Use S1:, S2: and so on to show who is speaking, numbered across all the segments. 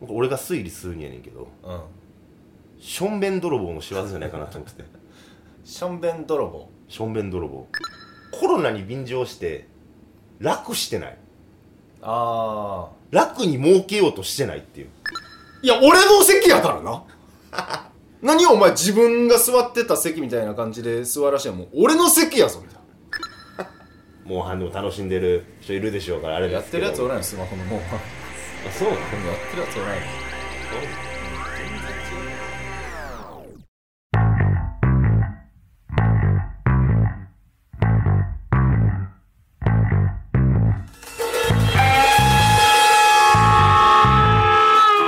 S1: なんか俺が推理するにやねんけど
S2: うん
S1: しょんべん泥棒の仕業じゃないかなと思って て
S2: しょんべん泥棒
S1: しょんべん泥棒コロナに便乗して楽してない
S2: あ
S1: 楽に儲けようとしてないっていう
S2: いや俺の席やからな 何お前自分が座ってた席みたいな感じで座らしてもう俺の席やぞみたい
S1: もう反応楽しんでる人いるでしょうからあれ
S2: な
S1: で
S2: やっ
S1: すけ
S2: てる
S1: ど
S2: やつおらんよスマホのもう
S1: あそうなの
S2: でもやってるやつおらんよ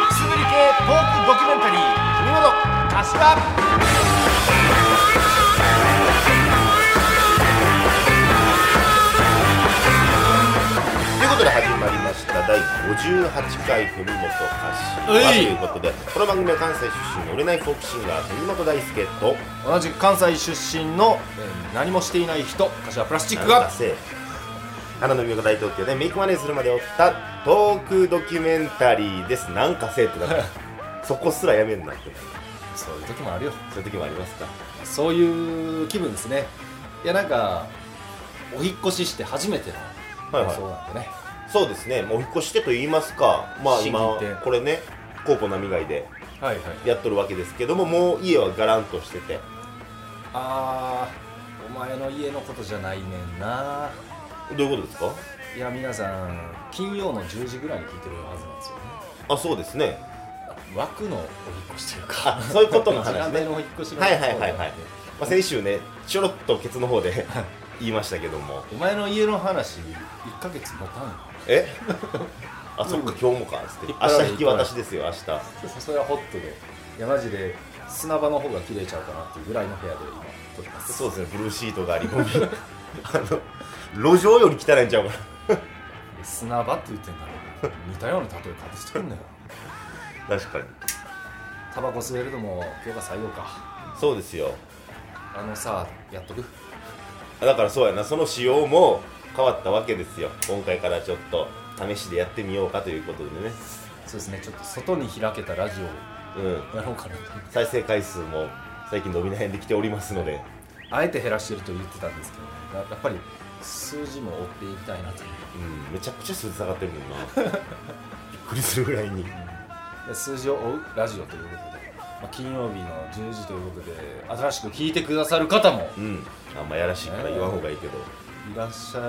S3: くすぶり系トークドキュメンタリー君の柏
S1: ということで始まりました第58回文元歌
S2: うい
S1: 手ということでこの番組は関西出身の売れないフォークシンガー文元大輔と
S2: 同じく関西出身の、えー何もしていない人柏プラスチック
S1: が
S2: が
S1: せ花の美桜大東京でメイクマネーするまで追ったトークドキュメンタリーですなんかせえって だからそこすらやめんなって
S2: そういう時もあるよ
S1: そういう時もありますか
S2: そういう気分ですねいやなんかお引っ越しして初めての
S1: はいはい
S2: そうなんでね
S1: そうですねもうお引っ越してと言いますかまあ
S2: 新
S1: 今
S2: 規店
S1: これねコーポ並外で
S2: はいはい
S1: やっとるわけですけどももう家はガランとしてて
S2: あーお前の家のことじゃないねんな
S1: どういうことですか
S2: いや皆さん金曜の10時ぐらいに聞いてるはずなんですよね
S1: あそうですね
S2: 枠のお引っ越しという
S1: あ
S2: か
S1: そういうことの話ね
S2: 時間帯のお引っ越しの
S1: はいはいはいはい、まあ、先週ねちょろっとケツの方 で言いましたけども
S2: お前の家の話1ヶ月もたんよ
S1: え あそっか今日もかっつって
S2: 引っ張られ
S1: 明
S2: る
S1: 日引き渡しですよ明日
S2: それはホットでいやマジで砂場の方が切れちゃうかなっていうぐらいの部屋で今撮ってます
S1: そうですねブルーシート がありゴミあの路上より汚いんちゃうかな
S2: 砂場って言ってんだろうな似たような例え方してくんなよ
S1: 確かに
S2: タバコ吸えるのも今日が最後か
S1: そうですよ
S2: あのさやっとく
S1: だからそうやなその仕様も変わったわけですよ今回からちょっと試しでやってみようかということでね
S2: そうですねちょっと外に開けたラジ
S1: うん
S2: オをやろうかなと思って
S1: 再生回数も最近伸び悩んできておりますので
S2: あえて減らしてると言ってたんですけど、ね、ややっぱり数字も追っていきたいなという
S1: うんめちゃくちゃ数字下がってるもんな びっくりするぐらいに
S2: で数字を追うラジオということで、まあ、金曜日の10時ということで新しく聞いてくださる方も
S1: うんあんまやらしいから言わん方がいいけど
S2: いらっしゃ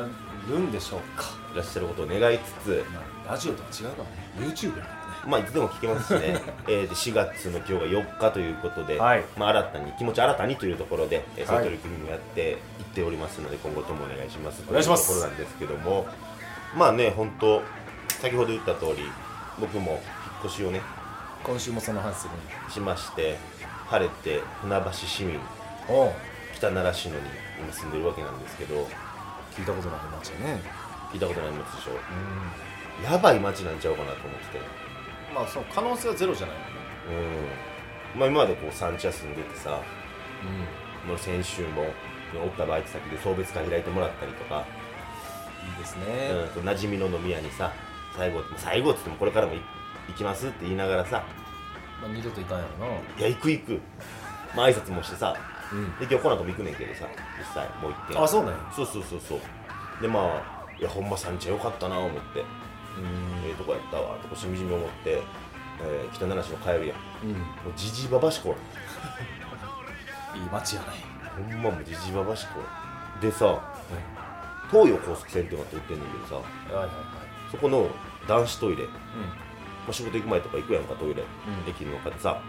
S2: るんでしょうか
S1: いらっしゃることを願いつつ
S2: まあ、ラジオとは違うからね YouTube だか
S1: まあいつでも聞けますし ねえーで4月の今日が4日ということで、
S2: はい
S1: まあ、新たに気持ち新たにというところで、えーそういう
S2: はい
S1: 取り組みもやっていっておりますので今後ともお願いします
S2: お願いします
S1: というところなんですけどもまあね本当先ほど言った通り僕も引っ越しをね
S2: らね今週もその話するん
S1: しまして晴れて船橋市民
S2: おう
S1: 北習志野に今住んでるわけなんですけど
S2: 聞いたことない街やね
S1: 聞いたことない街でしょ
S2: う
S1: やばい街なんちゃうかなと思ってて
S2: んまあその可能性はゼロじゃないよね
S1: うんまあ今までこう三茶住んでてさもう先週もおったバイト先で送別会開いてもらったりとか、
S2: うんいいです
S1: う
S2: ね、
S1: ん、こう馴染みの飲み屋にさ最後最後っつってもこれからもい行きますって言いながらさ
S2: まあ、二度といかんやろ
S1: 「いや行く行く」まあ挨拶もしてさで今日この後も行くねんけどさ実際もう行って
S2: なあそうなんや
S1: そうそうそうそうでまあいやほんま三茶よかったな思ってええとこやったわとしみじみ思って、えー、北七市の帰るやん
S2: うん、うん、
S1: もうじじばばしこら
S2: いい街やね、
S1: ほんまもうじじばばしこらでさ東洋高速線っていうのが通ってんねんけどさ
S2: はい、はいはい
S1: そこの男子トイレ、ま
S2: う
S1: あ、仕事行く前とか行くやんかトイレ、
S2: ん
S1: 駅の中でさ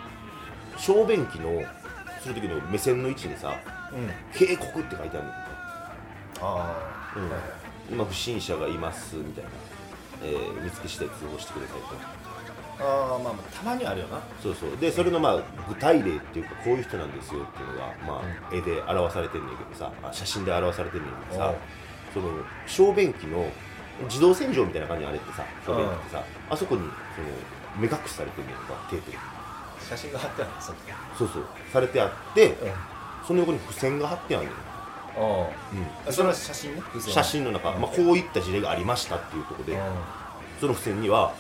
S1: 小便器のする時の目線の位置にさ
S2: んうん
S1: 「警告」って書いてあるのよ
S2: ああー、
S1: うん
S2: はいはい
S1: 今不審者がいますみたいな、えー見つけ次第通報してくださいと
S2: あーまあまあたまにはあるよな
S1: そうそうでそれのまあ具体例っていうかこういう人なんですよっていうのが、まあ、絵で表されてんねんけどさあ写真で表されてんねんけど
S2: お
S1: さ
S2: う
S1: その小便器の自動洗浄みたいな感じのあれってさ小便器ってさあそこにその目隠しされてんねんかテープで
S2: 写真が貼ってあるのそっか
S1: そうそうされてあって
S2: うん
S1: その横に付箋が貼ってあるのよ、
S2: ああそれは写真ね
S1: 写真の中、まあ、こういった事例がありましたっていうところで
S2: うん
S1: その付箋には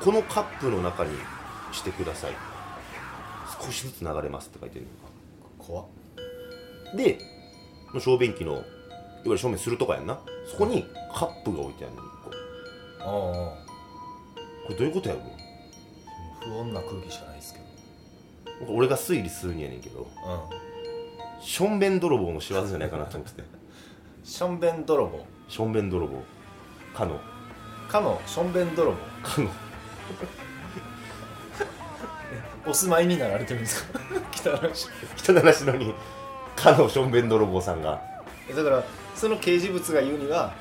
S1: このカップの中にしてください少しずつ流れますって書いてる
S2: 怖っ
S1: で小便器のいわゆる正面するとかやんなそこにカップが置いてあるの一個
S2: ああ
S1: これどういうことやろ
S2: 不穏な空気しかないですけ
S1: 俺が推理するんやねんけど
S2: どうん
S1: しょんべん泥棒の仕業じゃないかなと思ってて
S2: ションベン泥棒
S1: しょんべん泥棒かの
S2: かのションベン泥棒
S1: かの
S2: お住まいになられてるんですか 北原市
S1: 人ならしのにかのしょんべん泥棒さんが
S2: えだからその掲示物が言うには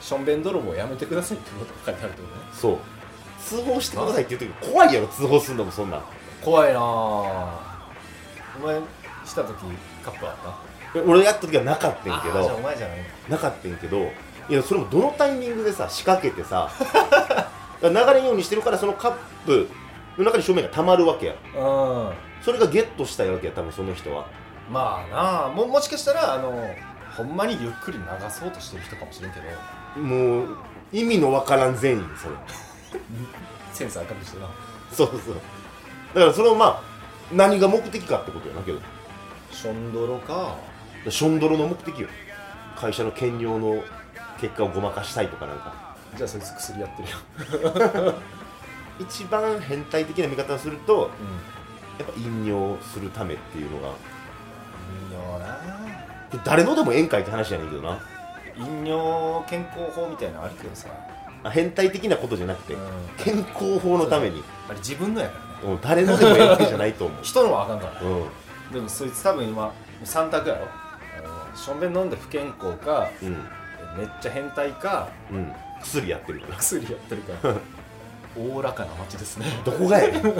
S2: ションベン泥棒やめてくださいってことが書いてあるってことね
S1: そう通報してくださいって言う時怖いやろ通報すんのもそんなん
S2: 怖いなあお前した時カップあった
S1: え俺やった時はなかったんやけ
S2: あーじゃあお
S1: ど
S2: 前じゃない
S1: なかったんやけどいやそれもどのタイミングでさ仕掛けてさ流れんようにしてるからそのカップの中に正面が溜まるわけや
S2: うん
S1: それがゲットしたいわけや多分その人は
S2: まあなあももしかしたらあのほんまにゆっくり流そうとしてる人かもしれんけど
S1: もう意味のわからん善意それ
S2: センス赤くしてな
S1: そうそうだからそれをまあ何が目的かってことやなけど
S2: ション泥か
S1: ションドロの目的よ会社の兼業の結果をごまかしたいとかなんか
S2: じゃあそいつ薬やってるよ、
S1: 一番変態的な見方をすると
S2: うん
S1: やっぱ引用するためっていうのが
S2: 飲尿な
S1: これ誰のでもええんかいって話やねんけどな
S2: 飲尿健康法みたいなのあるけどさ、
S1: あ変態的なことじゃなくて、
S2: うんあ
S1: 健康法のために、
S2: れ自分のやからね
S1: うん、誰のでもええわけじゃないと思
S2: 人のはあかんから
S1: う、
S2: でもそいつ多分今3択やろあのしょんべん飲んで不健康か
S1: うんうん
S2: めっちゃ変態か
S1: うん薬やってるから
S2: 薬やってるから おおらかな街ですね
S1: どこがやねんい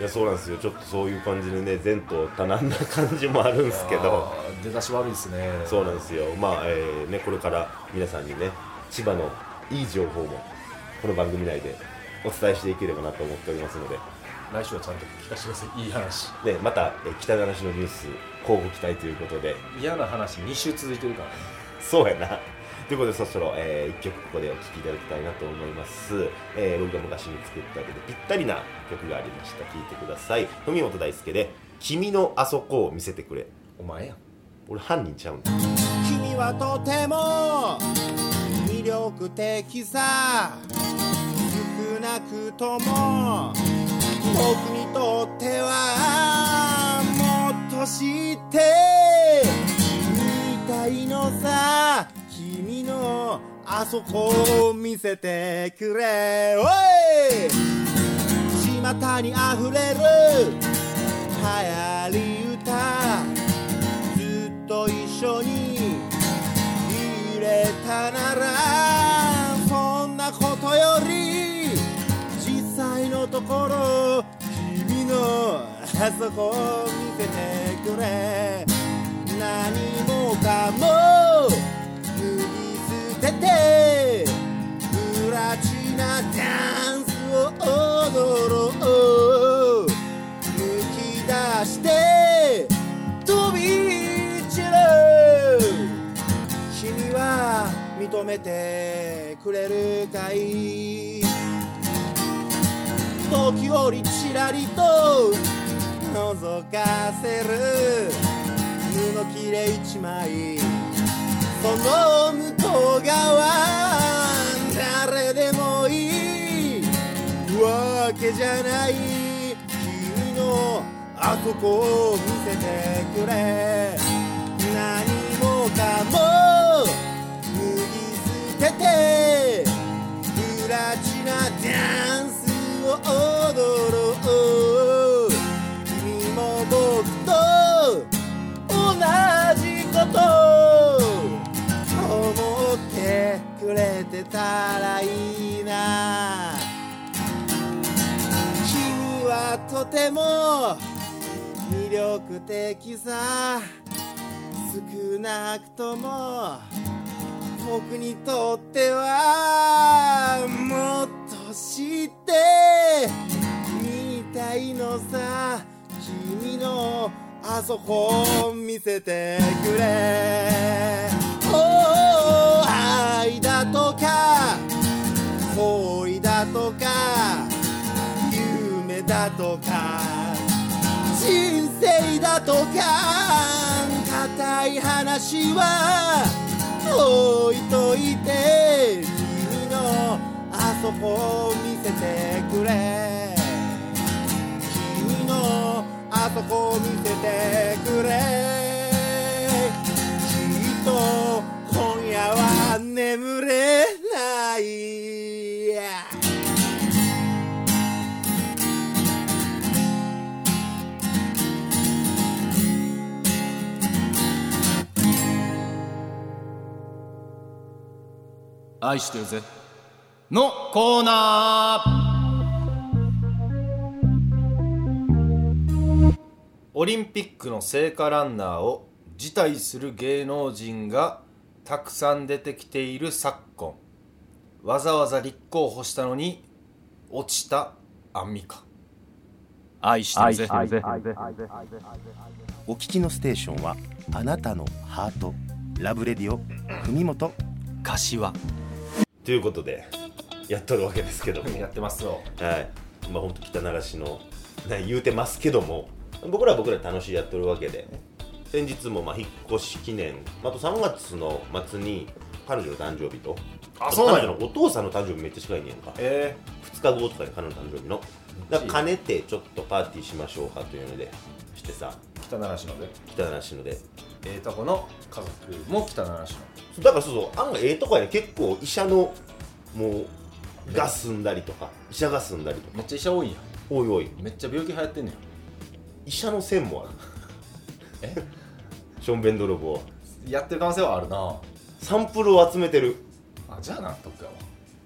S1: やそうなんですよちょっとそういう感じでね前途多難な感じもあるんですけど
S2: あー出だし悪いですね
S1: そうなんですよまあ、えーねこれから皆さんにね千葉のいい情報もこの番組内でお伝えしていければなと思っておりますので
S2: 来週はちゃんと聞かせてくださいいい話
S1: ね、また、えー北田梨のニュース、交互期待ということで、
S2: 嫌な話2週続いてるからね
S1: そうやな。ということで、そろそろ、え1曲ここでお聴きいただきたいなと思います。えー僕が昔に作った曲でぴったりな曲がありました。聴いてください。文本大輔で、君のあそこを見せてくれ。
S2: お前やん
S1: 俺犯人ちゃうんだ。
S4: 君はとても魅力的さ少なくとも僕にとってはもっと知ってみたいのさ君のあそこを見せてくれおい巷にあふれる流行り歌ずっと一緒にいれたならそんなことより実際のところ君のあそこを見せてくれ何もかも脱ぎ捨ててプラチナダンスを踊ろうむき出して飛び散る君は認めてくれるかい時折ちらりと覗かせる布切れ一枚その向こう側誰でもいいわけじゃない君のあそこを見せてくれ何もかも脱ぎ捨ててプラチナダンスを踊ろう君も僕と同じこと思ってくれてたらいいな君はとても魅力的さ少なくとも僕にとってはもっと知ってみたいのさ君のあそこを見せてくれ Oh 愛だとか恋だとかだとか人生だとか硬い話は置いといて君のあそこを見せてくれ君のあそこを見せてくれきっと今夜は眠れない
S2: 愛してるぜのコーナーオリンピックの聖火ランナーを辞退する芸能人がたくさん出てきている昨今わざわざ立候補したのに落ちたアンミカ愛してるぜ
S5: お聞きのステーションはあなたのハートラブレディオ文元
S2: 柏
S1: ということでやっとるわけですけども
S2: やってますよ
S1: はい、まあ本当北流しのな言うてますけども僕らは僕らで楽しいやっとるわけで先日もまあ引っ越し記念あと3月の末に彼女の誕生日と
S2: あそうなんや
S1: 彼女のお父さんの誕生日めっちゃ近いねやんか
S2: え
S1: 2日後とかに彼女の誕生日のだから兼ねてちょっとパーティーしましょうかというのでしてさ
S2: ー、北奈良市ので
S1: 北流しので
S2: ええとこの家族も北奈良市の
S1: だからそうそう案外ええとこやね結構医者のもうが済んだりとか医者が済んだりとか
S2: めっちゃ医者多いんや
S1: おいおい
S2: めっちゃ病気流行ってんねん
S1: 医者の線もある
S2: え
S1: ションベン泥棒
S2: やってる可能性はあるな
S1: サンプルを集めてる、
S2: あじゃあ納得やわ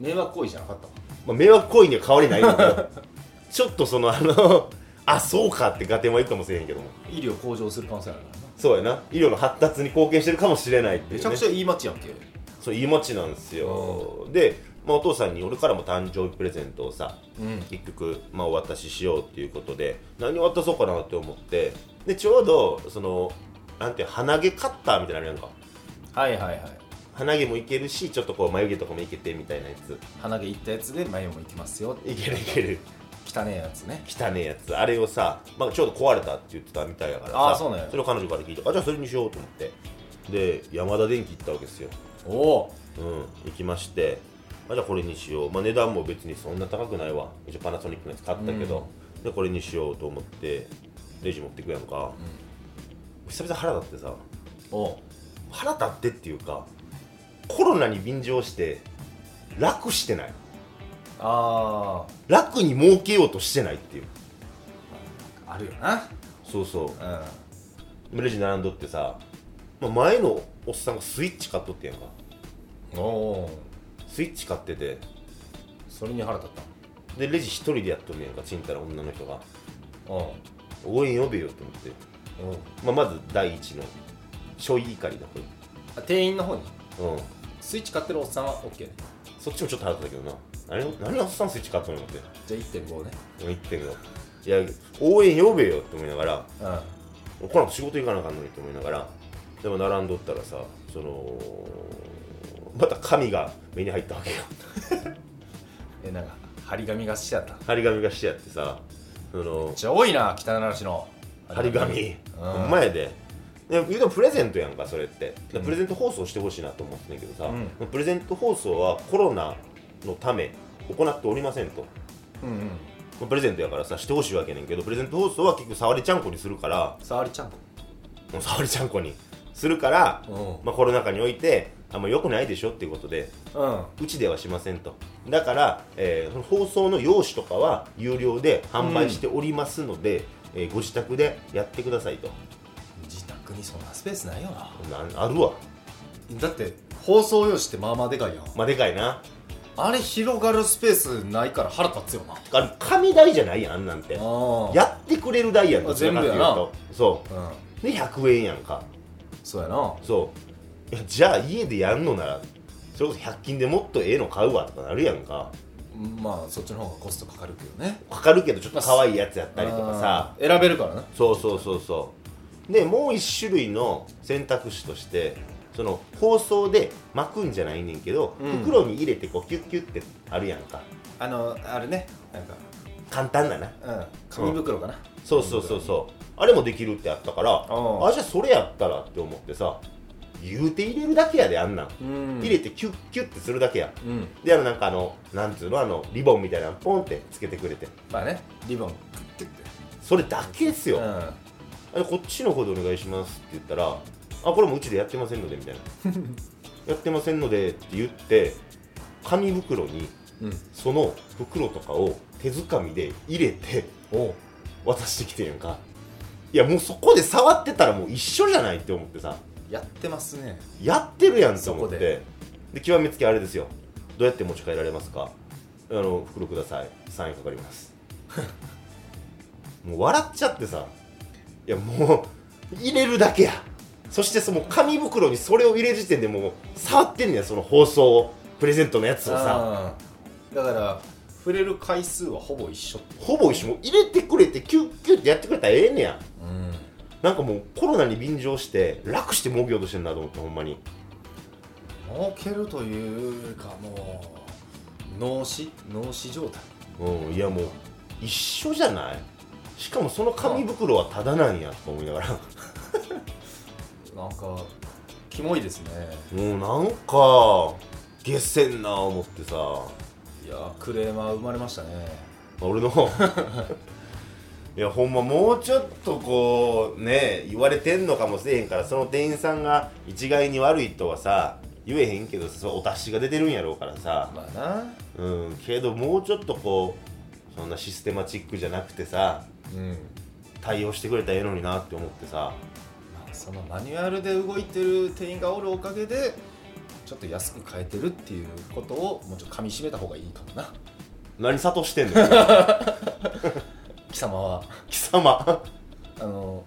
S2: 迷惑行為じゃなかったわ
S1: まあ、迷惑行為には変わりないんだけ どちょっとそのあのあそうかってガテンはいいかもしれへんけども
S2: 医療向上する可能性あるからな
S1: そうやな医療の発達に貢献してるかもしれないっていう、ね、
S2: めちゃくちゃいい街やんけ
S1: そういい街なんですよで、まあ、お父さんに俺からも誕生日プレゼントをさ
S2: うん
S1: 結局、まあ、お渡ししようっていうことで何を渡そうかなって思ってでちょうどそのなんて鼻毛カッターみたいなのあるやんか
S2: はいはいはい
S1: 鼻毛もいけるしちょっとこう眉毛とかもいけてみたいなやつ
S2: 鼻毛いったやつで眉毛も行きますよ
S1: いけるいける
S2: 汚ねえやつね
S1: 汚ねえやつあれをさ、まあ、ちょうど壊れたって言ってたみたいだからさ
S2: あーそうなんや
S1: れを彼女から聞いたあじゃあそれにしようと思ってで山田電機行ったわけですよ
S2: おお
S1: うん行きましてあじゃあこれにしよう、まあ、値段も別にそんな高くないわ一応パナソニックのやつ買ったけど、でこれにしようと思ってレジ持ってくやんか、久々腹立ってさ
S2: おお
S1: 腹立ってっていうかコロナに便乗して楽してない
S2: あ
S1: 楽に儲けようとしてないっていう
S2: ああるよな
S1: そうそう
S2: うん
S1: レジ並んどってさ、まあ、前のおっさんがスイッチ買っとってやんか
S2: おお
S1: スイッチ買ってて
S2: それに腹立っ
S1: でレジ一人でやっとんねやんかちんたら女の人が
S2: たお
S1: 応援呼べよって思って、
S2: お
S1: まあ、まず第一のちょい怒りだこ
S2: あ店員の方に
S1: れうん
S2: スイッチ買ってるおっさんは OK ね
S1: そっちもちょっと腹立ったけどな何何おっさんスイッチ買っとんのって
S2: じゃあ1.5ね
S1: 言ってんのいや応援呼べよって思いながら
S2: うん
S1: 俺この後仕事行かなあかんのにって思いながらでも並んどったらさそのまた紙が目に入ったわけよ
S2: えなんか張り紙がしちゃっためっ
S1: 張り紙がしてあってさその
S2: ちゃ多いな北奈良市の
S1: 張り紙
S2: うん
S1: ほんまやでで言うてもプレゼントやんかそれってでプレゼント放送してほしいなと思ってんねんけどさ、
S2: う
S1: プレゼント放送はコロナのため行っておりませんと
S2: うんうん
S1: プレゼントやからさしてほしいわけやねんけどプレゼント放送は結局触りちゃんこにするから
S2: 触りちゃんこ
S1: もう触りちゃんこにするから、
S2: うん
S1: まあ、コロナ禍においてあんま良くないでしょっていうことで
S2: うん
S1: うちではしませんとだから、えーその放送の用紙とかは有料で販売しておりますので、えーご自宅でやってくださいと
S2: 自宅にそんなスペースないよな
S1: なんあるわ
S2: だって放送用紙ってまあまあでかいやん
S1: まあでかいな
S2: あれ広がるスペースないから腹立つよな
S1: あれ紙代じゃないやんあんなんて
S2: あ
S1: やってくれる代やん
S2: あ全部やな
S1: どちらかというとそ
S2: うん
S1: うで100円やんか
S2: そうやな
S1: そういやじゃあ家でやるのならそれこそ100均でもっとええの買うわとかなるやんか
S2: まあそっちの方がコストかかるけどね
S1: かかるけどちょっと可愛いやつやったりとかさ
S2: あー選べるからな
S1: そうそうそうそうでもう一種類の選択肢としてその包装で巻くんじゃないねんけど、
S2: うん
S1: 袋に入れてこうキュッキュッってあるやんか
S2: あのあれねなんか
S1: 簡単なな
S2: うん、紙袋かな、
S1: そうそうそうそうあれもできるってあったから
S2: うん
S1: あじゃあそれやったらって思ってさ言うて入れるだけやであんなん、
S2: ん
S1: 入れてキュッキュッてするだけや
S2: うん、
S1: であのなんかあのなんつうのあのリボンみたいなのポンってつけてくれて
S2: まあねリボン
S1: それだけですよ、
S2: うん
S1: あこっちの方でお願いしますって言ったら「あこれもうちでやってませんので」みたいな「やってませんので」って言って紙袋に
S2: うん
S1: その袋とかを手づかみで入れて
S2: おう
S1: 渡してきてんやんかいやもうそこで触ってたらもう一緒じゃないって思ってさ
S2: やってますね
S1: やってるやんと思っ
S2: そ
S1: て
S2: こで
S1: で極めつけあれですよどうやって持ち帰られますかあの袋ください3円かかります もう笑っちゃってさいやもう入れるだけやそしてその紙袋にそれを入れる時点でもう触ってんねやその包装をプレゼントのやつをさ
S2: うんだから触れる回数はほぼ一緒って
S1: ほぼ一緒もう入れてくれてキュッキュッってやってくれたらええねや
S2: うん
S1: なんかもうコロナに便乗して楽して儲けようとしてんなと思ってほんまに
S2: 儲けるというかもう脳死脳死状態
S1: うんいやもう一緒じゃないしかもその紙袋はただなんやと思いながら
S2: なんかキモいですね
S1: もうなんか下せんな思ってさ
S2: いやークレーマー生まれましたね
S1: 俺の いやほんまもうちょっとこうね言われてんのかもしれへんからその店員さんが一概に悪いとはさ言えへんけどさそうお達しが出てるんやろうからさ
S2: まあ
S1: う
S2: な
S1: んけどもうちょっとこうそんなシステマチックじゃなくてさ
S2: うん
S1: 対応してくれたらええのになって思ってさ
S2: そのマニュアルで動いてる店員がおるおかげでちょっと安く買えてるっていうことをもうちょっと噛みしめた方がいいかもな
S1: 何諭してんのよ
S2: 貴様は
S1: 貴様
S2: あの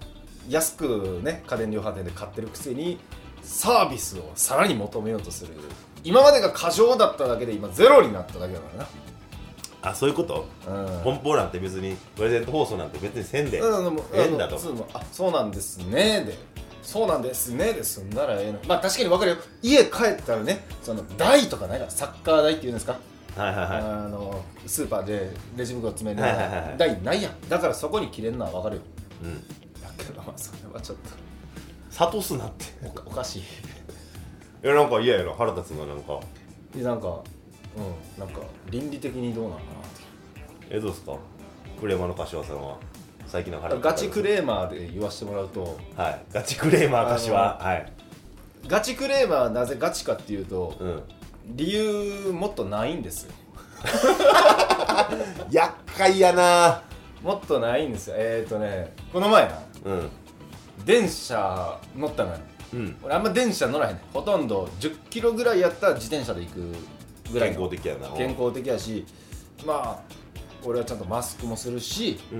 S2: 安くね家電量販店で買ってるくせにサービスをさらに求めようとする今までが過剰だっただけで今ゼロになっただけだか
S1: あそういうこと
S2: らなうん
S1: 梱包なんて別にプレゼント放送なんて別にせんで、
S2: うんうんもう
S1: ええんだと
S2: あのそうもうあそうなんですねでそうなんですねで済んだらええのまあ確かに分かるよ家帰ったらねその台とかないからサッカー台っていうんですか
S1: はいはいはい
S2: あのスーパーでレジ袋詰める
S1: はいはいはい
S2: 台ないやんだからそこに切れるのは分かるよ
S1: うん
S2: だけどまあそれはちょっ
S1: 諭すなって
S2: とおかおかしい
S1: いやなんか嫌やな腹立つななんか
S2: でなんかうんなんか倫理的にどうなのかなって
S1: えどうですかクレーマーの柏さんは最近の
S2: だ
S1: 腹
S2: から
S1: 立つ
S2: ガチクレーマーで言わせてもらうと
S1: はいガチクレーマー柏
S2: あ
S1: はい
S2: ガチクレーマーはなぜガチかっていうと
S1: うん
S2: 理由もっとないんですよ
S1: 厄介やな
S2: もっとないんですよえっ、ー、とねこの前な
S1: うん
S2: 電車乗ったのよ
S1: うん
S2: 俺あんま電車乗らへんねんほとんど1 0キロぐらいやったら自転車で行くぐらい
S1: 健
S2: の
S1: 康的やな
S2: 健康的やしまあ俺はちゃんとマスクもするし
S1: う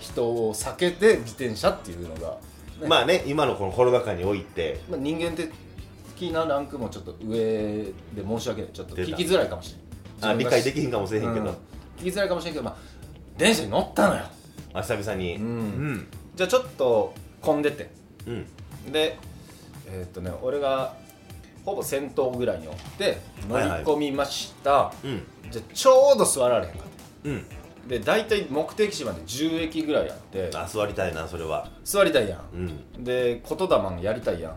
S2: 人を避けて自転車っていうのが、
S1: んまあね今のこのコロナ禍において
S2: まあ、人間的なランクもちょっと上で申し訳ないちょっと
S1: 出た
S2: 聞きづらいかもしれ
S1: あ
S2: ない
S1: 理解できひんかもしれへんけど、
S2: うん聞きづらいかもしれんけど、まあ、電車に乗ったのよ
S1: あ久々に
S2: うん
S1: うん
S2: じゃあちょっと混んでて
S1: うん
S2: でえーっとね俺がほぼ先頭ぐらいにおって乗
S1: は
S2: り
S1: いはい
S2: 込みました、
S1: うん
S2: じゃあちょうど座られへんかった
S1: うん
S2: で大体目的地まで10駅ぐらいあって
S1: あ座りたいなそれは
S2: 座りたいやん
S1: うん、
S2: で言霊やりたいやん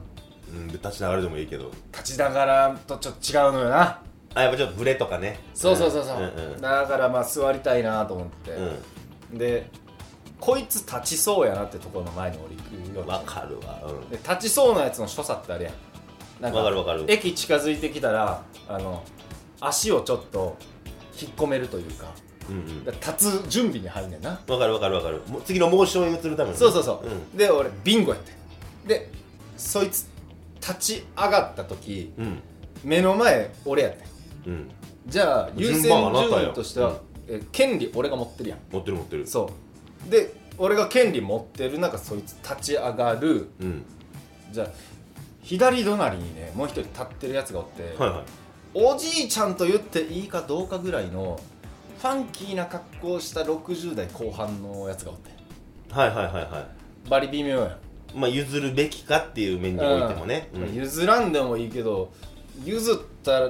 S1: うん、で立ちながらでもいいけど
S2: 立ちながらとちょっと違うのよな
S1: あやっぱちょっとブレとかね
S2: そうそうそうそう、
S1: んうん
S2: だからまあ座りたいなと思って、
S1: う
S2: でこいつ立ちそうやなってところの前に俺行くよ
S1: ん
S2: うに
S1: わかるわうん
S2: で立ちそうなやつの所作ってあるやんなん
S1: わかるわかる
S2: 駅近づいてきたらあの足をちょっと引っ込めるというか
S1: うんうん
S2: だから立つ準備に入んねんな
S1: わかるわかるわかるもう次のモーションに移るためのね
S2: そうそうそう、
S1: う
S2: で俺ビンゴやってでそいつ立ち上がった時
S1: んうん
S2: 目の前俺やってん
S1: うん
S2: じゃあ優
S1: 順
S2: 先
S1: 番あなたよ
S2: 順位としては、え権利俺が持ってるやん
S1: 持ってる持ってる
S2: そうで俺が権利持ってる中そいつ立ち上がる
S1: うん
S2: じゃあ左隣にねもう一人立ってるやつがおって、
S1: はいはい
S2: おじいちゃんと言っていいかどうかぐらいのファンキーな格好をした60代後半のやつがおって
S1: はいはいはいは
S2: バリ微妙やん
S1: いまあ譲るべきかっていう面においてもね
S2: うん
S1: うん
S2: 譲らんでもいいけど譲った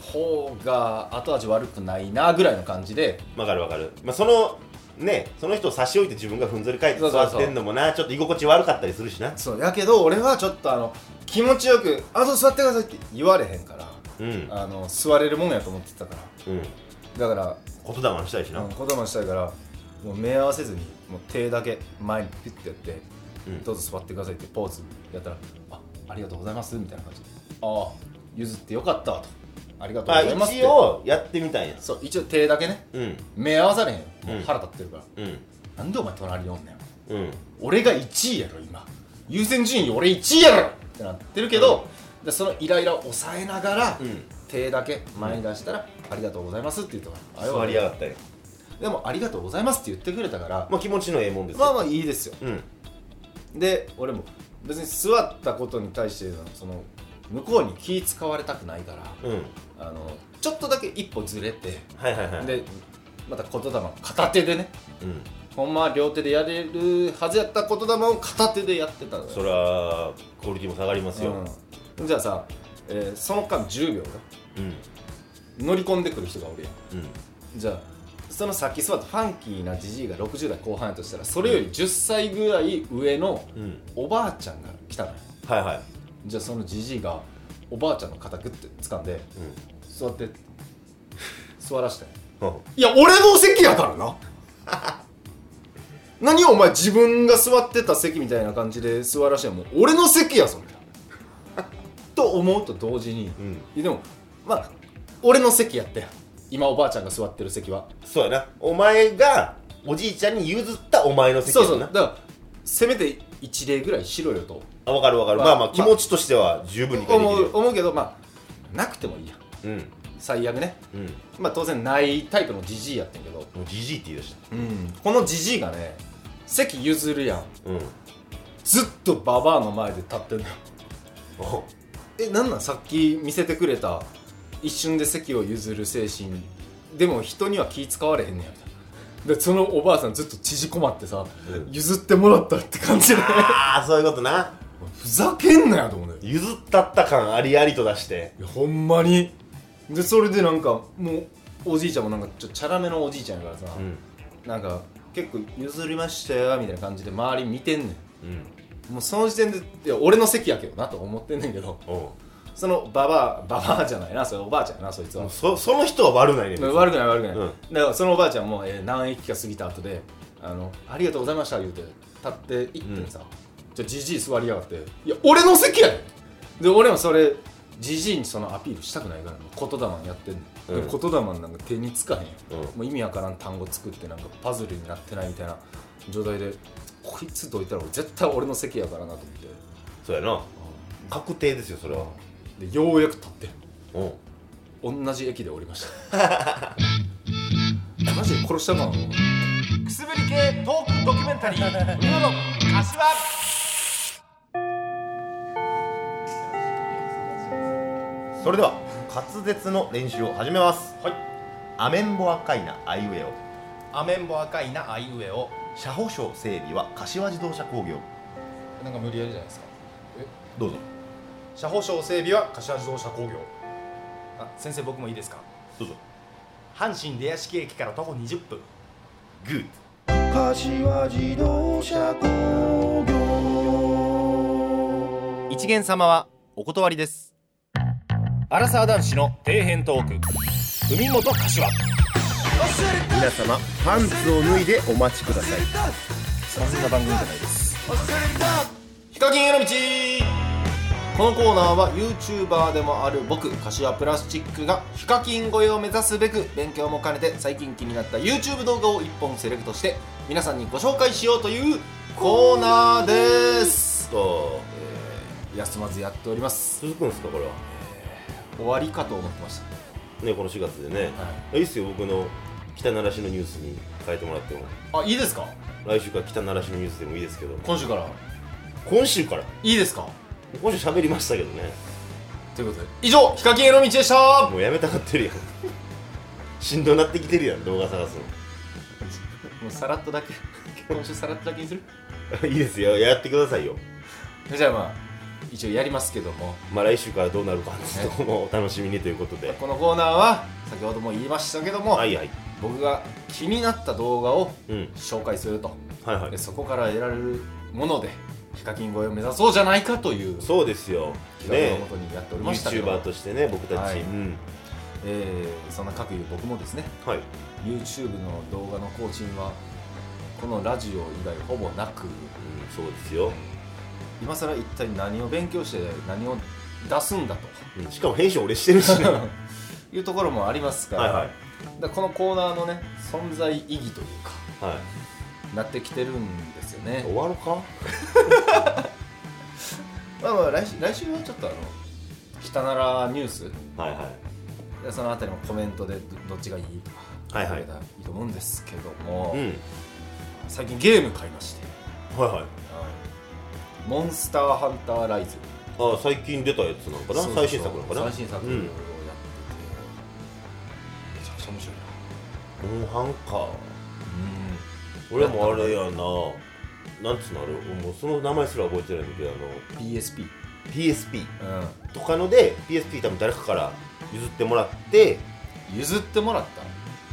S2: 方が後味悪くないなぐらいの感じで
S1: わかるわかるまあそのねその人を差し置いて自分がふんぞり返って
S2: そうそう
S1: 座
S2: そう
S1: ってんのもなちょっと居心地悪かったりするしな
S2: そうやけど俺はちょっとあの気持ちよく「あと座ってください」って言われへんから
S1: うん
S2: あの座れるもんやと思ってたか
S1: うん
S2: らだから
S1: 言霊にしたいしな、
S2: うん言葉したいからもう目合わせずにもう手だけ前にピュッてやって、
S1: うん
S2: どうぞ座ってくださいってポーズやったら「あありがとうございます」みたいな感じで「ああ譲ってよかったわ」と「ありがとう
S1: まあ
S2: ございます」って
S1: 一応やってみたんや
S2: そう一応手だけね
S1: うん
S2: 目合わされへんよもううん腹立ってるから、
S1: うん
S2: なんでお前隣におんねん
S1: うん
S2: 俺が1位やろ今優先順位俺1位やろってなってるけど、でそのイライラを抑えながら、
S1: ん
S2: 手だけ前に出したら、ありがとうございます」って言うとから
S1: 座りやがったよ
S2: でも「ありがとうございます」って言ってくれたから、
S1: まあ気持ちのええもんですよ
S2: まあまあいいですよ
S1: うん
S2: で俺も別に座ったことに対してのその向こうに気使われたくないから
S1: うん
S2: あのちょっとだけ一歩ずれて
S1: はいはいはい
S2: でまた言霊を片手でね
S1: うん、
S2: ほんまは両手でやれるはずやった言霊を片手でやってたのよ
S1: そりゃクオリティも下がりますよ
S2: うん、じゃあさ、えーその間10秒が
S1: うん
S2: 乗り込んでくる人がおるやん
S1: うん
S2: じゃあそのさっき座ったファンキーなじじいが60代後半やとしたらそれより10歳ぐらい上の
S1: うん
S2: おばあちゃんが来たのよ
S1: はいはい
S2: じゃあそのじじいがおばあちゃんの肩グッて掴んで「座って」って座らして
S1: うんうん
S2: いや俺の席やからな 何お前自分が座ってた席みたいな感じで座らしてもう俺の席やそれ と思うと同時に、
S1: ん
S2: いやでもまあ俺の席やって今おばあちゃんが座ってる席は
S1: そうやなお前がおじいちゃんに譲ったお前の席
S2: そう
S1: やも
S2: そうん
S1: な
S2: だからせめて一例ぐらいしろよと
S1: あ分かる分かる、
S2: ま
S1: ま
S2: あ
S1: あ、まあ
S2: まあ
S1: 気持ちとしては十分理解でき
S2: 思
S1: るよ
S2: う思うけどまあなくてもいいや
S1: うん
S2: 最悪ね
S1: うん
S2: まあ当然ないタイプのじじいやってんけど、
S1: もうじじいって言い出した
S2: このじじいがね席譲るやん
S1: うん
S2: ずっとババアの前で立ってんのよえなんなんさっき見せてくれた一瞬で席を譲る精神でも人には気使われへんねやみたいなでそのおばあさんずっと縮こまってさ、
S1: うん
S2: 譲ってもらったって感じで
S1: ああそういうことな
S2: ふざけんなよと思うねい
S1: 譲ったった感ありありと出して
S2: やほんまにでそれでなんかもうおじいちゃんもなんかちょっとチャラめのおじいちゃんやからさ、
S1: うん
S2: なんか結構譲りましたよみたいな感じで周り見てんねん
S1: うん
S2: もうその時点でいや俺の席やけどなと思ってんねんけど
S1: お
S2: そのババアババアじゃないなそれおばあちゃんやなそいつは、
S1: うそその人は悪ないね
S2: まあ悪くない悪くない、
S1: うん
S2: だからそのおばあちゃんも、えー何駅か過ぎた後であの「ありがとうございました」言うて立って行ってさ、じゃあじじい座りやがって「いや俺の席やで!」で俺もそれじじいにそのアピールしたくないからもう言霊やってんの、
S1: うん
S2: で言霊なんか手につかへんよ、
S1: うん
S2: もう意味わからん単語作ってなんかパズルになってないみたいな状態でこいつどいたら俺絶対俺の席やからなと思って
S1: そうやな確定ですよそれは
S2: でようやく立って
S1: うん
S2: 同じ駅で降りました マジで殺したかなと思う
S3: くすぶり系トークドキュメンタリー「海の柏」
S1: それでは滑舌の練習を始めますはいアメンボ赤いなアイウェオ
S3: アメンボ赤いなあいうえを
S1: 車保証整備は柏自動車工業
S2: なんか無理やりじゃないですか
S1: どうぞ
S2: 車保証整備は柏自動車工業
S3: あ先生僕もいいですか
S1: どうぞ
S3: 阪神出屋敷駅から徒歩20分
S1: グッ
S3: 一元様はお断りですアラサー男子の底辺トーク海本柏
S5: 皆様パンツを脱いでお待ちください
S2: ヒカキンへの道このコーナーは YouTuber でもある僕柏プラスチックがヒカキン越えを目指すべく勉強も兼ねて最近気になった YouTube 動画を1本セレクトして皆さんにご紹介しようというコーナーです
S1: と
S2: 休まずやっております
S1: 続くんですかこれは
S2: 終わりかと思ってまし
S1: ねこの4月でね、、
S2: はい
S1: いっすよ僕の北習志のニュースに変えてもらっても
S2: たあいいですか
S1: 来週から北習志のニュースでもいいですけど
S2: 今週から
S1: 今週から
S2: いいですか
S1: 今週喋りましたけどね
S2: ということで以上ヒカキンへの道でした
S1: もうやめたがってるやん しんどなってきてるやん動画探す
S2: もうさらっとだけ今週さらっとだけにする
S1: の いいですよやってくださいよ
S2: じゃあまあ一応やりますけども
S1: まあ来週からどうなるかっていうとこもお楽しみにということで
S2: このコーナーは先ほども言いましたけども、
S1: はいはい
S2: 僕が気になった動画を
S1: うん
S2: 紹介すると、
S1: はいは
S2: で
S1: い
S2: そこから得られるものでヒカキン越えを目指そうじゃないかという
S1: そうですよ
S2: 企画
S1: ね
S2: のもとにやっておりましたけど、
S1: YouTuber としてね僕たち、
S2: はい
S1: うん
S2: えーそんな各有僕もですね
S1: はい
S2: YouTube の動画の更新はこのラジオ以外ほぼな
S1: う
S2: く
S1: んそうですよ、
S2: 今更一体何を勉強して何を出すん だと
S1: うんしかも編集俺してるし ねは
S2: いうところもあります
S1: い
S2: から,、
S1: は
S2: このコーナーのね存在意義というか
S1: いは
S2: なってきてるんですよ
S1: い
S2: ね
S1: 終わろうか
S2: まあまあ来週来週はちょっとあの北ならニュース
S1: はいはい
S2: でそのあたりもコメントでどどっちがいいとか
S1: はいはい
S2: いいと思うんですけども、
S1: うん
S2: 最近ゲーム買いまして、
S1: はいはい
S2: モンスターハンターライズ
S1: あ最近出たやつなのかな
S2: そうそうそう
S1: 最新作なのかな
S2: 最新作を
S1: う
S2: やって
S1: ん
S2: て、めちゃくちゃ面白いな
S1: モンハンか俺もあれやななんつうのあれもうその名前すら覚えてないんだけどあの
S2: PSP
S1: PSP
S2: う
S1: とかので PSP 多分誰かから譲ってもらって
S2: ん譲ってもらった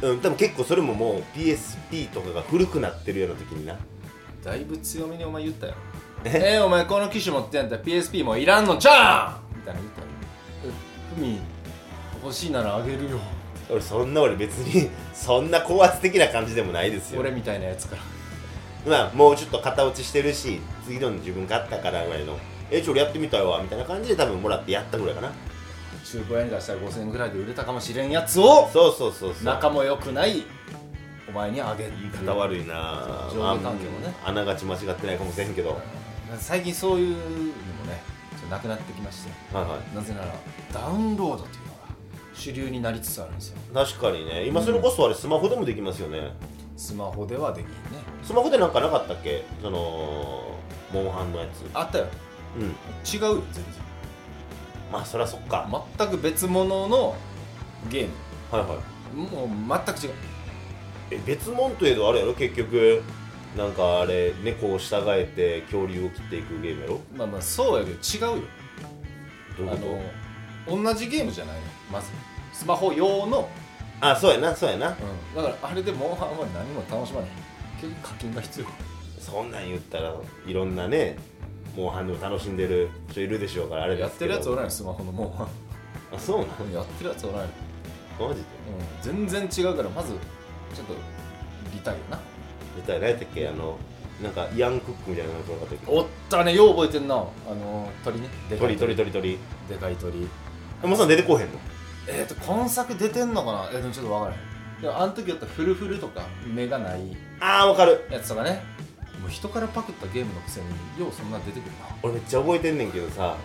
S1: うん多分結構それももう PSP とかが古くなってるような時にな
S2: だいぶ強めにお前言ったよええお前この機種持ってんやったら PSP もういらんのじゃんみたいなの言ったよえふみ欲しいならあげるよ
S1: 俺そんな俺別にそんな高圧的な感じでもないですよ
S2: 俺みたいなやつから
S1: まあもうちょっと型落ちしてるし次の自分があったからぐらいのえちょ俺やってみたいわみたいな感じで多分もらってやったぐらいかな
S2: 中古屋に出したら5000円ぐらいで売れたかもしれんやつを
S1: そうそうそうそう
S2: 仲も良くないお前にあげる
S1: 言い方悪いな
S2: そう上下関係もね
S1: まああながち間違ってないかもしれんけどはい
S2: 最近そういうのもねちょっとなくなってきまして
S1: はい
S2: なぜならダウンロードというのが主流になりつつあるんですよ
S1: 確かにね今それこそあれスマホでもできますよね、
S2: スマホではできんね
S1: スマホでなんかなかったっけそのモンハンのやつ
S2: あったよ
S1: うん
S2: 違うよ全
S1: まあそりゃそっか、
S2: 然全く別物のゲ
S1: はいはい
S2: ームもう全く違う
S1: え別物といえどあれやろ結局なんかあれ猫を従えて恐竜を切っていくゲームやろ
S2: まあまあそうやけど違うよ
S1: どういうこと
S2: あの同じゲームじゃないのまずスマホ用の、
S1: あそうやなそうやな
S2: だからあれでモンハンは何も楽しまない結局課金が必要
S1: そんなん言ったらいろんなねモンハンでも楽しんでる人いるでしょうからあれで
S2: やっ
S1: す
S2: て
S1: け
S2: る
S1: ど
S2: やつおらんよスマホのモンハン
S1: あそうなん
S2: やってるやつおらんよ
S1: マジで
S2: うん、全然違うからまずちょっとリタイアな
S1: みたいなやったっけあのなんかヤンクックみたいなのがなかったっけ
S2: おったねよう覚えてんなあの鳥ねでか
S1: 鳥
S2: い
S1: 鳥鳥鳥
S2: でかい鳥
S1: えもうそんなん出てこうへんの
S2: えっ、と今作出てんのかないやでもちょっと分からへんでもあの時やったフルフルとか目がない
S1: ああわかる
S2: やつとかねもう人からパクったゲームのくせにようそんな出てくるな
S1: 俺めっちゃ覚えてんねんけどさ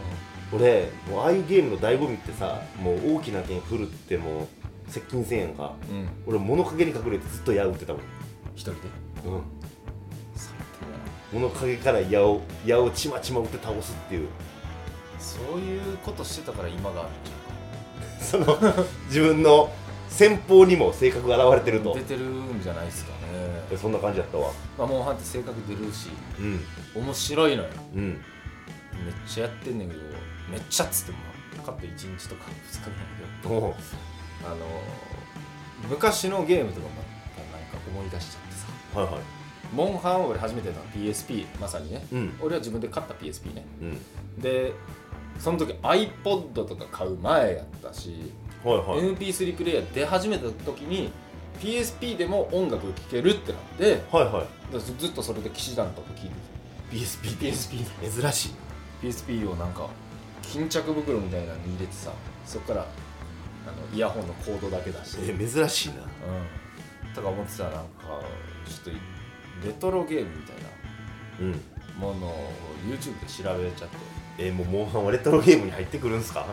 S1: 俺もうああいうゲームの醍醐味ってさもう大きな剣振るってもう接近戦やんか
S2: うん
S1: 俺物陰に隠れてずっと矢打ってたもん
S2: 一人で
S1: うん
S2: 最低だ
S1: 物
S2: な
S1: 陰から矢を矢をちまちま打って倒すっていう
S2: そういうことしてたから今があるんちゃ
S1: その自分の戦法にも性格が現れてる
S2: うか
S1: と
S2: 出てるんじゃないですかね
S1: えそんな感じだったわ
S2: まあモンハンって性格出るし
S1: うん
S2: 面白いのよ
S1: うん
S2: めっちゃやってんねんけどめっちゃっつっても勝って1日とか2日ぐらいだけ
S1: おう
S2: どあのー昔のゲームとかもなんか思い出しちゃってさ
S1: はいは
S2: モンハンを俺初めてやったの PSP まさにね、
S1: いうん
S2: 俺は自分で買った PSP ね
S1: うん
S2: でその時 iPod とか買う前やったし、
S1: はいはい
S2: MP3 プレイヤー出始めた時に PSP でも音楽聴けるってなって
S1: はいはい
S2: だずずっとそれで騎士団とか 聴いて
S1: PSP
S2: て PSP
S1: 珍しい
S2: PSP をなんか巾着袋みたいなのに入れてさそっからあのイヤホンのコードだけ出して、
S1: え珍しいな
S2: うん、とか思ってたらなんかちょっとレトロゲームみたい
S1: うん
S2: なものを YouTube で調べちゃって
S1: えもうモンハンはレトロゲームに入ってくるんすか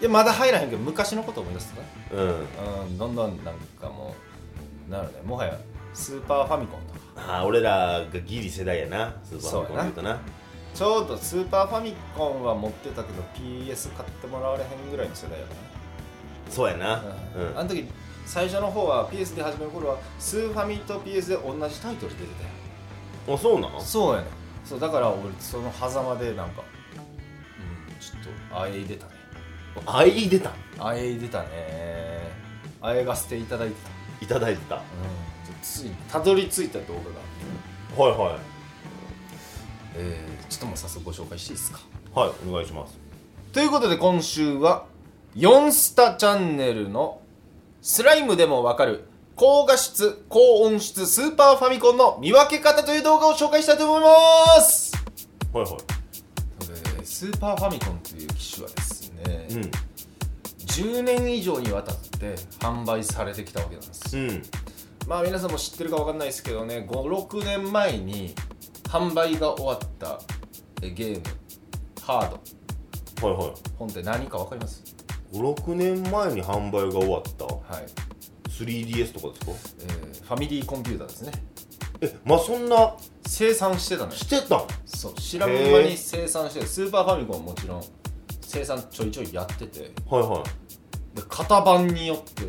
S2: いやまだ入らへんけど昔のこと思い出すと
S1: うん
S2: か、うん、どんどんなんかもうなるねもはやスーパーファミコンとか
S1: ああ俺らがギリ世代やなスーパーファミコンで言うとな
S2: ちょうどスーパーファミコンは持ってたけど PS 買ってもらわれへんぐらいの世代やからね
S1: そうやなうん、
S2: あの時最初の方は PS で始める頃はスーファミと PS で同じタイトル出てたよ
S1: あそうなん
S2: そうやねそうだから俺その狭間でなんかうんちょっとあえいでたね
S1: あい出た
S2: あえいでたねあえがせていただいて
S1: いただいてたはい
S2: ついたどり着いた動画があって
S1: は
S2: えーちょっともう早速ご紹介していいですか
S1: いはいお願いします
S2: ということで今週は「4スタチャンネル」のスライムでもわかる高画質高音質スーパーファミコンの見分け方という動画を紹介したいと思います
S1: はいは
S2: スーパーファミコンという機種はですね、
S1: いうん
S2: 10年以上にわたって販売されてきたわけなんです、
S1: うん
S2: まあ皆さんも知ってるかわかんないですけどね56年前に販売が終わったえゲームハード
S1: はいは
S2: 本って何かわかります
S1: い56年前に販売が終わった
S2: はい、
S1: 3DS とかですか
S2: えーファミリーコンピューターですね
S1: えまあそんな
S2: 生産してたのよ
S1: してたん
S2: そう知らん間に生産してスーパーファミコンはもちろん生産ちょいちょいやっててで
S1: はいは
S2: 型番によって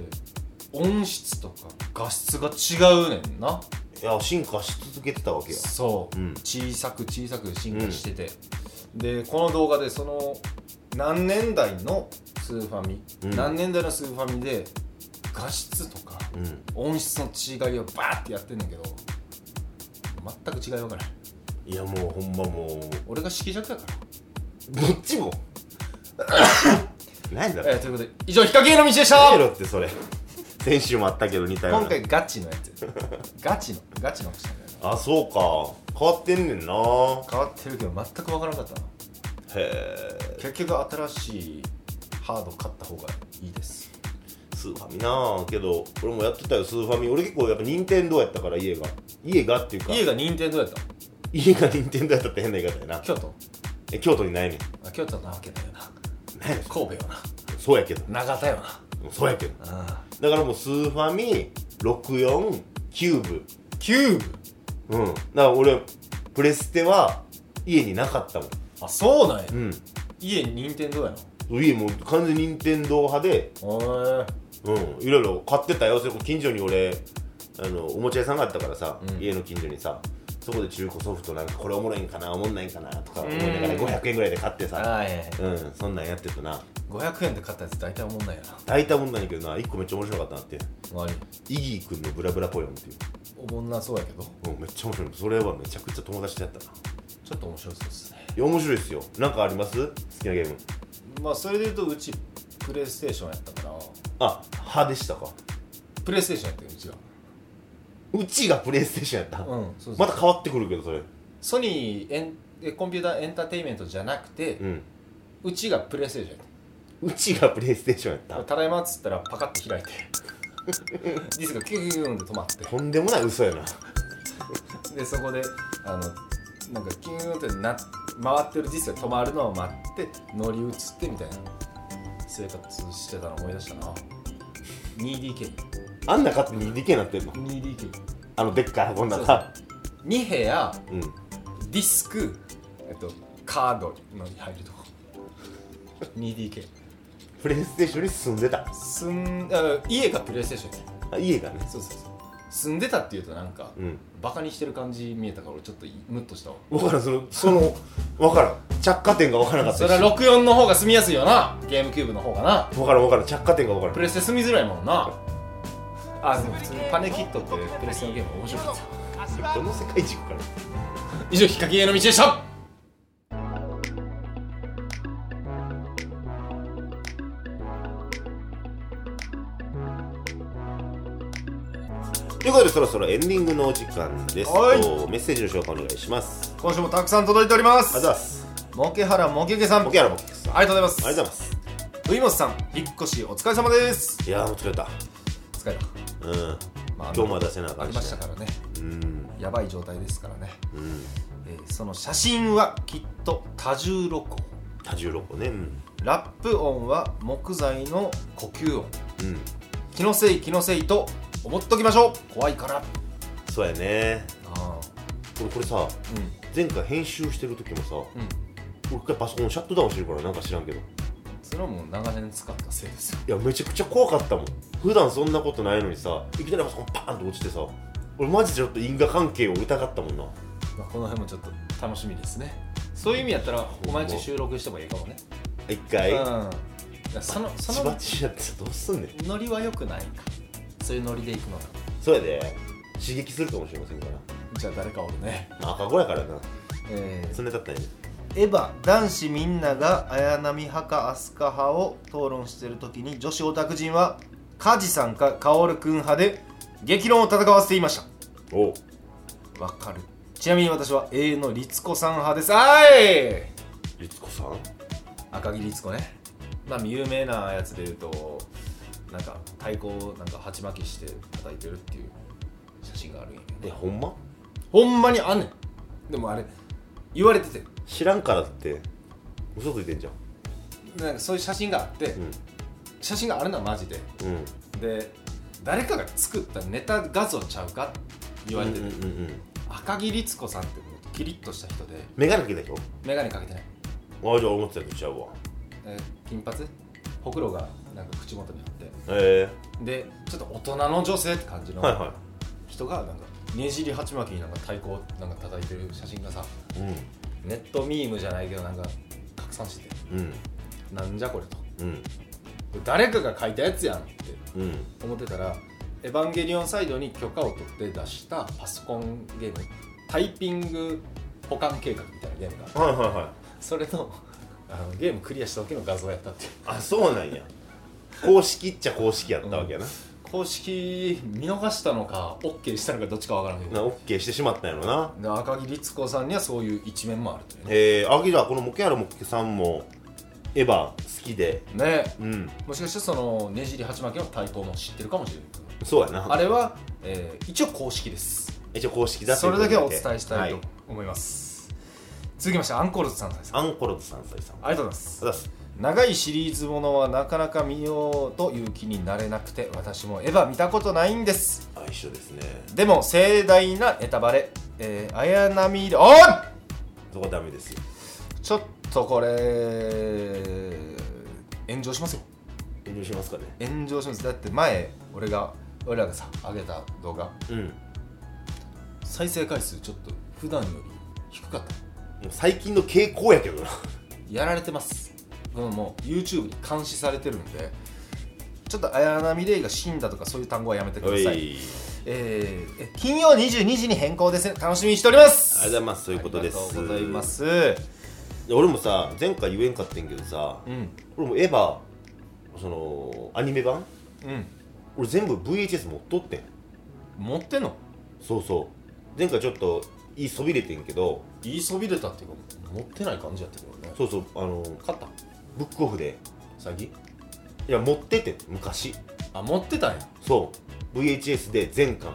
S2: 音質とか画質が違うねんない
S1: いや進化し続けてたわけや
S2: そう、
S1: うん
S2: 小さく小さく進化してて、でこの動画でその何年代のスーファミ、
S1: うん
S2: 何年代のスーファミで画質とか
S1: うん
S2: 音質の違いをバーってやってんねんけど全く違い分からん
S1: いやもうほんまもう
S2: 俺が色弱だから
S1: どっちも 何だろ
S2: えーということで以上ヒカキンへの道でした
S1: やめろってそれ先週もあったけど似たよう
S2: 今
S1: な
S2: 回ガチのやつガチのガチの欲しいんだよな
S1: あそうか変わってんねんな
S2: 変わってるけど全く分からなかったな
S1: へえ
S2: 結局新しいハード買った方がいいです
S1: スーファミなあけど俺もやってたよスーファミ俺結構やっぱ任天堂やったから家が家がっていうか
S2: 家が任天堂やったの
S1: 家が任天堂やったって変な言い方やな
S2: 京都
S1: え京都にないねん
S2: あ京都なわけだよな
S1: ないねん
S2: 神戸よ
S1: そうやけど
S2: な長田よな
S1: そうやけど
S2: あ
S1: だからもうスーファミ64キューブ
S2: キューブ
S1: うんだから俺プレステは家になかったもん
S2: あそうなんや
S1: うん
S2: 家に任天堂やな
S1: 家もう完全に任天堂派で
S2: お
S1: うん、いろいろ買ってたよそれこそ近所に俺あのおもちゃ屋さんがあったからさ、
S2: うん
S1: 家の近所にさそこで中古ソフトなんかこれおもろいんかなおもんないんかなとか
S2: う
S1: 思
S2: ん
S1: いながら500円ぐらいで買ってさ
S2: はいはい
S1: うんそんなんやってたな
S2: 500円で買ったやつ大体おもんないよな
S1: 大体おもんないけどな1個めっちゃ面白かったなって
S2: 周り
S1: イギー君のブラブラポヨンっていう、
S2: おもんなそうやけど
S1: うん、めっちゃ面白いそれはめちゃくちゃ友達とやったな
S2: ちょっと面白そうですね
S1: いや面白いですよなんかあります好きなゲーム
S2: まあそれで言うとうちプレイステーションやったから
S1: あ派でしたか
S2: プレイステーションやってるうちが
S1: うちがプレイステーションやった、
S2: うんそうそう
S1: また変わってくるけどそれ
S2: ソニーエンえコンピューターエンターテインメントじゃなくて、う
S1: うん
S2: ちがプレイステーションやっ
S1: うちがプレイステーションやった
S2: たただいまっつったらパカッて開 いてディスクがキュキュキュキュンって止まって
S1: とんでもない嘘やな
S2: でそこであのなんかキューンってな回ってる実際止まるのを待って乗り移ってみたいな生活してたの思い出したな 2DK2DK
S1: あんな勝手に 2DK になってんのあのでっかい箱の中
S2: 2部屋
S1: うん
S2: ディスク、えっと、カードのに入るとこ 2DK
S1: プレイステーションに住んでた
S2: すんあ家がプレイステーションです
S1: あ家がね
S2: そうそうそう住んでたっていうとなんか、
S1: うん
S2: バカにしてる感じ見えたから俺ちょっとムッとしたわ
S1: 分からんそのその分からん着火点が分からなかった
S2: それ
S1: し
S2: は64の方が住みやすいよなゲームキューブの方がな
S1: 分からん分からん着火点が分か
S2: プ
S1: らん
S2: レステ住みづらいもんなあでも普通にパネキットっていうプレステのゲーム面白かった
S1: どの世界軸から
S2: 以上ヒカキンへの道でした
S1: ということでそろそろエンディングのお時間です
S2: はい
S1: とメッセージの紹介お願いします
S2: 今週もたくさん届いておりま
S1: ありがとうご
S2: す
S1: ざいます
S2: もけはらもけけさんあ
S1: ボ
S2: り
S1: ケアラボケですあ
S2: がとうございます
S1: りがとうございます
S2: ういもさん引っ越しお疲れ様です
S1: いやーもう疲れた
S2: お疲れ様
S1: うん
S2: まあ
S1: 今日も出せなあか
S2: あ
S1: ん
S2: りましたからね
S1: うん
S2: やばい状態ですからね、
S1: うん
S2: えーその写真はきっと多重露光
S1: 多重6個ねうん
S2: ラップ音は木材の呼吸音
S1: うん
S2: 気のせい気のせいと思っときましょう怖いから
S1: そうやね
S2: あ
S1: 俺これさ
S2: う
S1: 前回編集してる時もさ
S2: んうん
S1: 俺一回パソコンシャットダウンしてるからなんか知らんけどい
S2: それはもう長年使ったせいですよ
S1: やめちゃくちゃ怖かったもん普段そんなことないのにさいきなりパソコンパーンと落ちてさ俺マジでちょっと因果関係を疑ったもんな
S2: まあ、この辺もちょっと楽しみですねそういう意味やったらお前んち収録してもいいかもね
S1: 一回
S2: うんいやその
S1: チ
S2: そ
S1: バ
S2: の
S1: チやってどうすんねん
S2: ノリは良くないかそういうノリで行くの
S1: そうやで刺激するかもしれませんから
S2: じゃあ誰かおるね、
S1: まあ赤子やからな
S2: え
S1: そんなだったんや
S2: ーエヴァ男子みんなが綾波派か飛鳥派を討論してる時に女子オタク人は梶さんか薫君派で激論を戦わせていました
S1: おう
S2: わかるちなみに私は A の律子さん派ですあい
S1: 律子さん
S2: 赤木律子ねまあ有名なやつで言うとなんか太鼓をなんか鉢巻きして叩いてるっていう写真があるんやけど
S1: えほんま
S2: ほんまにあんねんでもあれ言われてて
S1: 知らんからって嘘ついてんじゃん
S2: なんかそういう写真があって、写真があるのはマジで
S1: うんうん
S2: で誰かが作ったネタ画像ちゃうかって言われてて、
S1: うんうんうん
S2: 赤木律子さんってもうキリッとした人で
S1: 眼鏡かけた人
S2: 眼鏡かけてない、
S1: ああじゃあ思ってたとちゃうわ
S2: えー金髪ほくろがなんか口元にあって
S1: へ
S2: でちょっと大人の女性って感じ
S1: え
S2: の
S1: はいは
S2: 人がなんかねじり鉢巻きになんか太鼓をなんか叩いてる写真がさ
S1: いうん
S2: ネットミームじゃないけどなんか拡散してて
S1: うん
S2: なんじゃこれとこ
S1: うん
S2: れ誰かが書いたやつやんって
S1: うん
S2: 思ってたらエヴァンゲリオンサイドに許可を取って出したパソコンゲームタイピング保管計画みたいなゲームがあって
S1: はいはいはい
S2: それのあのゲームクリアした時の画像やったっていう
S1: あそうなんや公式っちゃ公式やったわけやな,、
S2: 公式見逃したのか OK したのかどっちかわからんけど
S1: なオッケーしてしまったんやろな
S2: で赤木律子さんにはそういう一面もあるというね
S1: えー、あきらこのモケアラモケさんもエヴァ好きで
S2: ね
S1: うん
S2: もしかしてそのねじり鉢巻きの対抗も知ってるかもしれない
S1: そうやな
S2: あれは、えー一応公式です
S1: 一応公式だとい
S2: そうれ
S1: こと
S2: だけはお伝えしたい
S1: は
S2: と思います、続きましてアンコールズさんですあ
S1: アンコロズ3歳さんあ
S2: りがとうございま
S1: り
S2: す
S1: がとうございます
S2: 長いシリーズものはなかなか見ようという気になれなくて私もエヴァ見たことないんです
S1: あ一緒ですね
S2: でも盛大なネタバレ、えー、綾波レおい
S1: そこはダメですよ
S2: ちょっとこれ炎上しますよ
S1: 遠慮しますかね
S2: 炎上しますだって前俺が俺らがさ上げた動画
S1: うんも
S2: 再生回数ちょっと普段より低かった
S1: う最近の傾向やけどな
S2: やられてますこのもう YouTube に監視されてるんでちょっと綾波レイが死んだとかそういう単語はやめてくだ
S1: おい
S2: さ
S1: あ
S2: い
S1: り
S2: えーえ金曜22時に変更ですね楽しみにしております
S1: がとうございますそういうことです
S2: ありがとうございます
S1: いや俺もさ前回言えんかったんやけどさ、
S2: うん
S1: 俺もエヴァそのアニメ版
S2: うん
S1: 俺全部 VHS 持っとってん
S2: 持ってんの
S1: そうそう前回ちょっと言いそびれてんけど
S2: 言いそびれたっていうか持ってない感じやったけどね
S1: そうそうあの
S2: 買った
S1: ブックオフで
S2: 最近
S1: いや持ってて昔
S2: あ持ってたんや
S1: そう VHS で全巻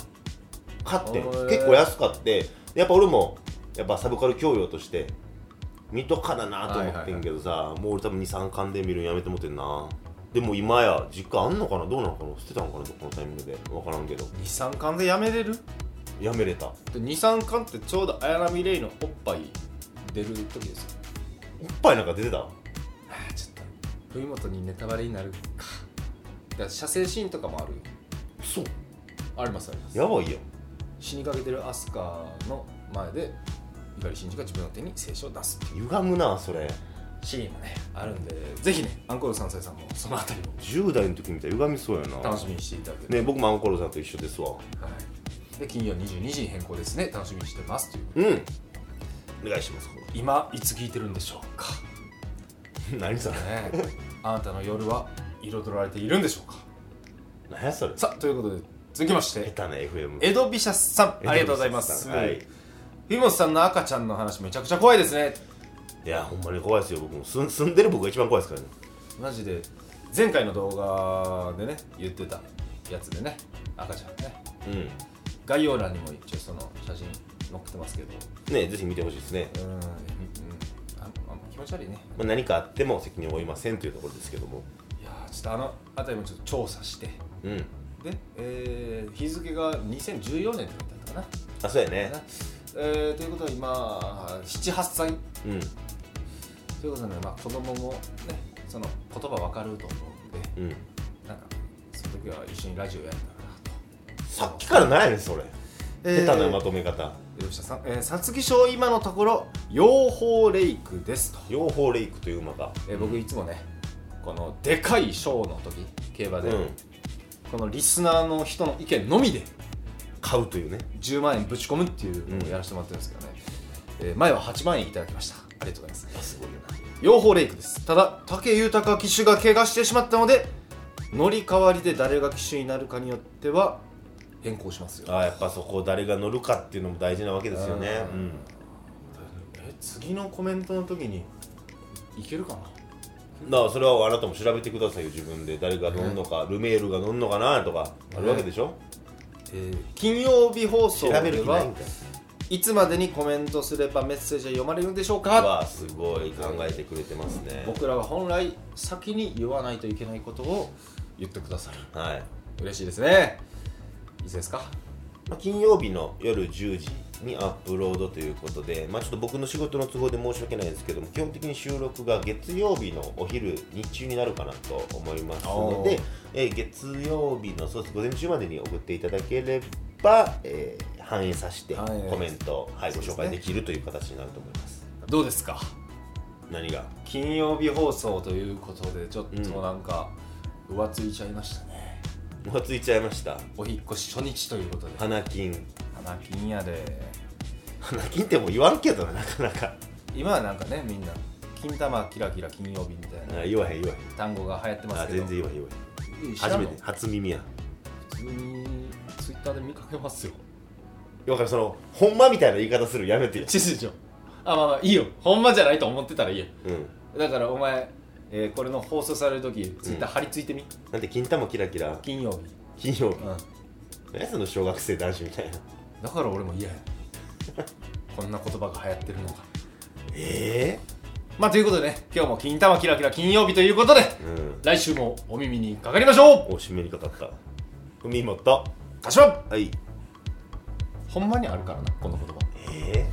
S1: 買ってん
S2: へー
S1: 結構安かってやっぱ俺もやっぱサブカル教養として見とかだなと思ってんけどさ、もう俺多分23巻で見るんやめてもってんなでも今や実家あんのかなどうなのかな捨てたのかなこのタイミングで分からんけど
S2: 23巻でやめれる
S1: やめれた
S2: 23巻ってちょうど綾波レイのおっぱい出る時ですよ
S1: おっぱいなんか出てた
S2: あちょっと冬本にネタバレになるかだから射精シーンとかもあるよ
S1: そう
S2: ありますあります
S1: やばいやん
S2: 死にかけてるアスカの前で碇シンジが自分の手に聖書を出すっていう
S1: 歪むなそれ
S2: シーンもねあるんでぜひねアンコール三世さんもそのあたりを
S1: 10代の時みたいに歪みそうやな
S2: 楽しみにしていただける
S1: ね僕もアンコールさんと一緒ですわ
S2: はい、で金曜22時に変更ですね楽しみにしてますという
S1: うんお願いします
S2: 今いつ聞いてるんでしょうか
S1: 何それ
S2: ねあなたの夜は彩られているんでしょうか
S1: 何やそれ
S2: さあということで続きまして
S1: 下手な FM
S2: 江戸美シャスさんありがとうございます
S1: はい
S2: 冬本さんの赤ちゃんの話めちゃくちゃ怖いですね
S1: いやほんまに怖いですよ僕も住ん住んでる僕が一番怖いですからね
S2: マジで前回の動画でね言ってたやつでね赤ちゃんね概要欄にも一応その写真載ってますけど
S1: うんねぜひ見てほしいですね、
S2: うん、うん、あのあの気持ち悪いね
S1: まあ、何かあっても責任を負いませんというところですけども
S2: いやーちょっとあの辺りもちょっと調査して
S1: うん
S2: で、えー日付が2014年って書いてあったかな、
S1: あそうやね
S2: えーということは今78歳
S1: うん
S2: ということなので、まあ、子供もねその言葉わかると思うんで
S1: うん
S2: なんかその時は一緒にラジオやるからなと
S1: さっきから何やねんそれ、
S2: えー
S1: 下手なまとめ方
S2: 吉田さん、えー、さつき賞今のところ養蜂レイクですと、
S1: 養蜂レイクという馬が
S2: えー僕いつもねこのでかい賞の時競馬で、
S1: うん
S2: このリスナーの人の意見のみで
S1: 買うというね
S2: 10万円ぶち込むっていうのをやらせてもらってるんですけどね、えー前は8万円いただきましたありがとうございます
S1: すごいよな
S2: 養蜂レイクですただ武豊騎手が怪我してしまったので乗り代わりで誰が騎手になるかによっては変更しますよ
S1: あーやっぱそこを誰が乗るかっていうのも大事なわけですよね
S2: う
S1: うん
S2: え次のコメントの時にいけるかな
S1: だからそれはあなたも調べてくださいよ自分で誰が乗るのか、ルメールが乗るのかなとかあるわけでしょ、
S2: えー金曜日放送
S1: 調
S2: で
S1: べる気ないん
S2: は
S1: かい
S2: いつまでにコメントすればメッセージは読まれるんでしょう
S1: う
S2: か
S1: わあすごい考えてくれてますね
S2: 僕らは本来先に言わないといけないことを言ってくださる
S1: はい、
S2: 嬉しいですねいいですか
S1: まあ、金曜日の夜10時にアップロードということで、まあ、ちょっと僕の仕事の都合で申し訳ないですけども基本的に収録が月曜日のお昼日中になるかなと思いますので、えー月曜日のそうです午前中までに送っていただければ、えー反映させて
S2: 反映
S1: コメントを、はい、
S2: そ
S1: ご
S2: うですね
S1: 紹介できるという形になると思います
S2: どうですか
S1: 何が
S2: 金曜日放送ということでちょっ
S1: う
S2: となんか浮ついちゃいましたね、
S1: もうついちゃいました
S2: お引っ越し初日ということで
S1: 花金
S2: 花金やで
S1: 花金ってもう言わんけどななかなか
S2: 今はなんかねみんな金玉キラキラ金曜日みたいな
S1: あ言わへん言わ
S2: 単語が流行って
S1: へん
S2: ま
S1: あ
S2: すけど
S1: 全然言わへん言わ
S2: うん
S1: へん
S2: 知らん
S1: 初
S2: の
S1: めて初耳や
S2: 普通にツイッターで見かけますよ
S1: だからそのほんまみたいな言い方するのやめてよ、
S2: 知事長あまあまあいいよほんまじゃないと思ってたらいいよ
S1: うん、
S2: だからお前、えーこれの放送される時ツイッター張り付いてみ、
S1: なんで金玉キラキラ
S2: 金曜日
S1: 金曜日
S2: うん
S1: 何その小学生男子みたいな
S2: だから俺も嫌やこんな言葉が流行ってるのか
S1: え
S2: まあということでね今日も金玉キラキラ金曜日ということで
S1: えうん
S2: 来週もお耳にかかりましょう
S1: お締めにかかった海本
S2: 柏
S1: はい
S2: ほんまにあるからなこの言葉
S1: ええ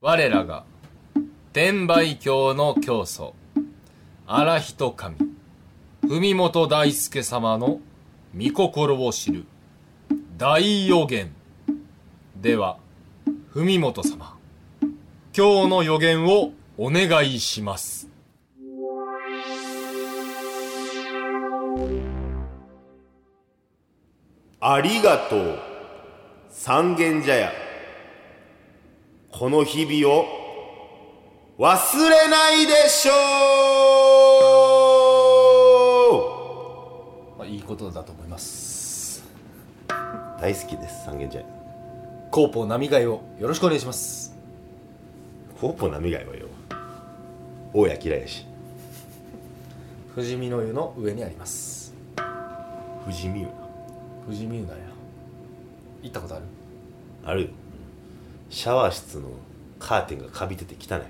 S6: 我らが天売教の教祖荒人神文本大輔様の御心を知る大予言では文本様今日の予言をお願いします
S1: ありがとう三軒茶屋この日々を忘れないでしょ
S2: まあ、いいことだと思います
S1: う大好きです三軒茶屋
S2: 広報並貝をよろしくお願いします
S1: ほぼ波がいわよ大家嫌いやし
S2: 富士見の湯の上にあります
S1: 富士見よ
S2: 富士見湯なんや行ったことある
S1: あるよシャワー室のカーテンがかびてて汚い